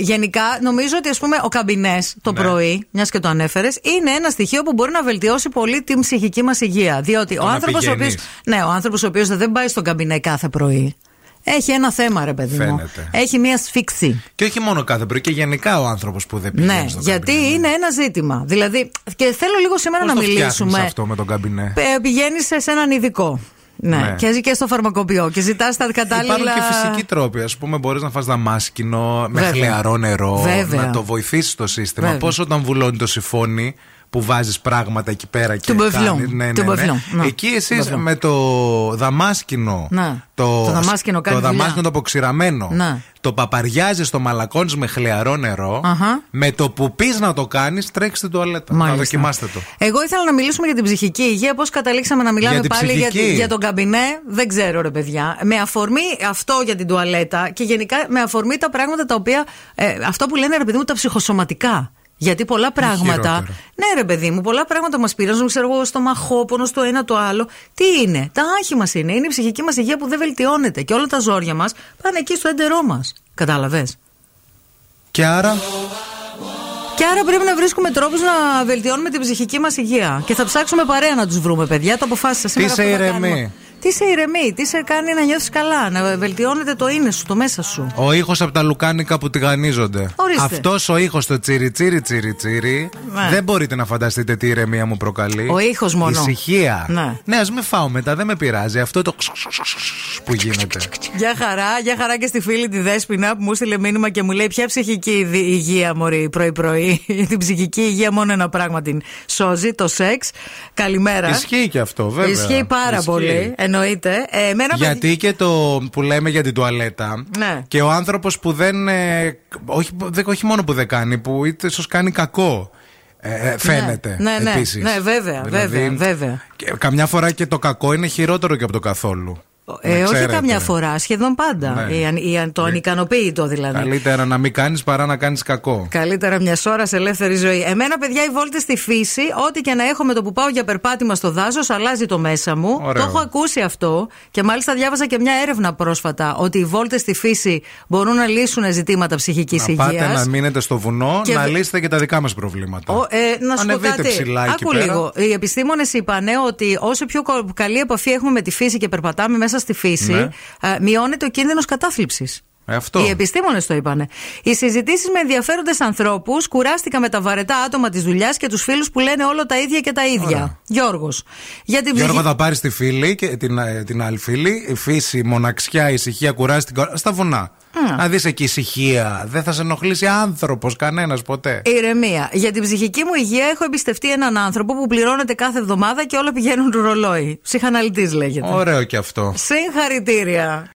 Γενικά, νομίζω ότι ας πούμε, ο καμπινές το Ναι. πρωί, μιας και το ανέφερες, είναι ένα στοιχείο που μπορεί να βελτιώσει πολύ την ψυχική μας υγεία. Διότι ο να άνθρωπος ο οποίο. πηγαίνεις. Ναι, ο άνθρωπος ο οποίος δεν πάει στον καμπινέ κάθε πρωί. Έχει ένα θέμα, ρε παιδί μου. Φαίνεται. Έχει μία σφίξη. Και όχι μόνο κάθε πρωί, και γενικά ο άνθρωπος που δεν πηγαίνει. Ναι, στο γιατί καμπινέ. είναι ένα ζήτημα. Δηλαδή, και θέλω λίγο σήμερα Πώς να το φτιάχνεις μιλήσουμε. αυτό με τον καμπινέ. Πηγαίνεις σε σε έναν ειδικό. Ναι, Ναι. και και στο φαρμακοποιό και ζητάς τα κατάλληλα. Υπάρχουν και φυσικοί τρόποι. Ας πούμε, μπορείς να φας δαμάσκινο με Βέβαια. χλιαρό νερό. Βέβαια. Να το βοηθήσεις το σύστημα. Βέβαια. Πώς όταν βουλώνει το σιφόνι που βάζεις πράγματα εκεί πέρα και. Τον μπεφλό. κάνεις- Ναι, ναι, Τον ναι. μπεφλό, ναι. Εκεί εσεί Τον μπεφλό. με το δαμάσκινο. Ναι. Το δαμάσκινο κάνει το, δουλειά. δαμάσκινο το αποξηραμένο. Ναι. Το παπαριάζεις, το μαλακώνεις με χλιαρό νερό. Αχα. Με το που πεις να το κάνεις, τρέξεις την τουαλέτα. Να Μάλιστα. δοκιμάστε το. Εγώ ήθελα να μιλήσουμε για την ψυχική υγεία. Πώς καταλήξαμε να μιλάμε Για την πάλι για, τη- ψυχική. για τον καμπινέ, δεν ξέρω, ρε παιδιά. Με αφορμή αυτό για την τουαλέτα και γενικά με αφορμή τα πράγματα τα οποία. ε, αυτό που λένε, ρε παιδί μου, τα ψυχοσωματικά. Γιατί πολλά πράγματα. χειρότερο. Ναι, ρε παιδί μου, πολλά πράγματα μας πειράζουν. Ξέρω εγώ, στο μαχόπονο, το ένα το άλλο. Τι είναι, τα άχη μας είναι. Είναι η ψυχική μας υγεία που δεν βελτιώνεται. Και όλα τα ζόρια μας πάνε εκεί στο έντερό μας. Κατάλαβες. Και άρα. Και άρα πρέπει να βρίσκουμε τρόπους να βελτιώνουμε την ψυχική μας υγεία. Και θα ψάξουμε παρέα να τους βρούμε, παιδιά. Το αποφάσισα σήμερα. σε αυτό θα ηρεμεί. κάνουμε. Τι σε ηρεμεί, τι σε κάνει να νιώθεις καλά, να βελτιώνεται το είναι σου, το μέσα σου. Ο ήχος από τα λουκάνικα που τηγανίζονται. Ορίστε. Αυτός ο ήχος, το τσίρι τσίρι τσίρι τσίρι. Ναι. Δεν μπορείτε να φανταστείτε τι ηρεμία μου προκαλεί. Ο ήχος μόνο. Ησυχία. Ναι. ναι ας μην φάω μετά, δεν με πειράζει. Αυτό το ξ- ξ- ξ- ξ- που γίνεται. Γεια χαρά, γεια χαρά και στη φίλη τη Δέσποινα που μου στείλε μήνυμα και μου λέει ποια ψυχική υγε- υγεία μωρή πρωί-πρωί. την ψυχική υγεία μόνο ένα πράγμα την σώζει, το σεξ. Καλημέρα. Ισχύει και αυτό, βέβαια. Ισχύει πάρα Ισχύει. πολύ, εννοείται. Ε, εμένα, παιδιά- Γιατί και το που λέμε για την τουαλέτα. Ναι. Και ο άνθρωπος που δεν. ε, όχι, δεν- όχι μόνο που δεν κάνει, που ίσως κάνει κακό. ε, ε, φαίνεται. Ναι, ναι, επίσης. Δηλαδή, ναι, βέβαια, βέβαια, βέβαια. και καμιά φορά και το κακό είναι χειρότερο και από το καθόλου. Ε, Να όχι ξέρετε. καμιά φορά, σχεδόν πάντα. Ναι. Η αν- η αν- το ανικανοποίητο δηλαδή. Καλύτερα να μην κάνεις παρά να κάνεις κακό. Καλύτερα μια ώρα ελεύθερη ζωή. Εμένα, παιδιά, οι βόλτες στη φύση, ό,τι και να έχω με το που πάω για περπάτημα στο δάσος, αλλάζει το μέσα μου. Ωραίο. Το έχω ακούσει αυτό και μάλιστα διάβαζα και μια έρευνα πρόσφατα ότι οι βόλτες στη φύση μπορούν να λύσουν ζητήματα ψυχικής Να πάτε υγείας. να μείνετε στο βουνό, Και να βε- λύσετε και τα δικά μας προβλήματα. Ο, ε, να σου πω Ανεβείτε κάτι. ψηλά εκεί Άκου πέρα. λίγο. Οι επιστήμονες είπαν ότι όσο πιο κο- καλή επαφή έχουμε με τη φύση και περπατάμε μέσα στη φύση, Ναι. ε, μειώνεται ο κίνδυνος κατάθλιψης. Ε, αυτό. Οι επιστήμονες το είπανε. Οι συζητήσεις με ενδιαφέροντες ανθρώπους κουράστηκα με τα βαρετά άτομα της δουλειάς και τους φίλους που λένε όλο τα ίδια και τα ίδια. Ωραία. Γιώργος. Για την Γιώργο, ψυχη- θα πάρεις τη φίλη και την, ε, την άλλη φίλη. Η φύση, η μοναξιά, η ησυχία, κουράστηκα. Στα βουνά. Να δεις εκεί ησυχία. Δεν θα σε ενοχλήσει άνθρωπος κανένας ποτέ. Ε, Ηρεμία. Για την ψυχική μου υγεία έχω εμπιστευτεί έναν άνθρωπο που πληρώνεται κάθε ε, εβδομάδα και όλα πηγαίνουν του ρολόι. Ψυχαναλυτής λέγεται. Ωραίο και αυτό. Συγχαρητήρια.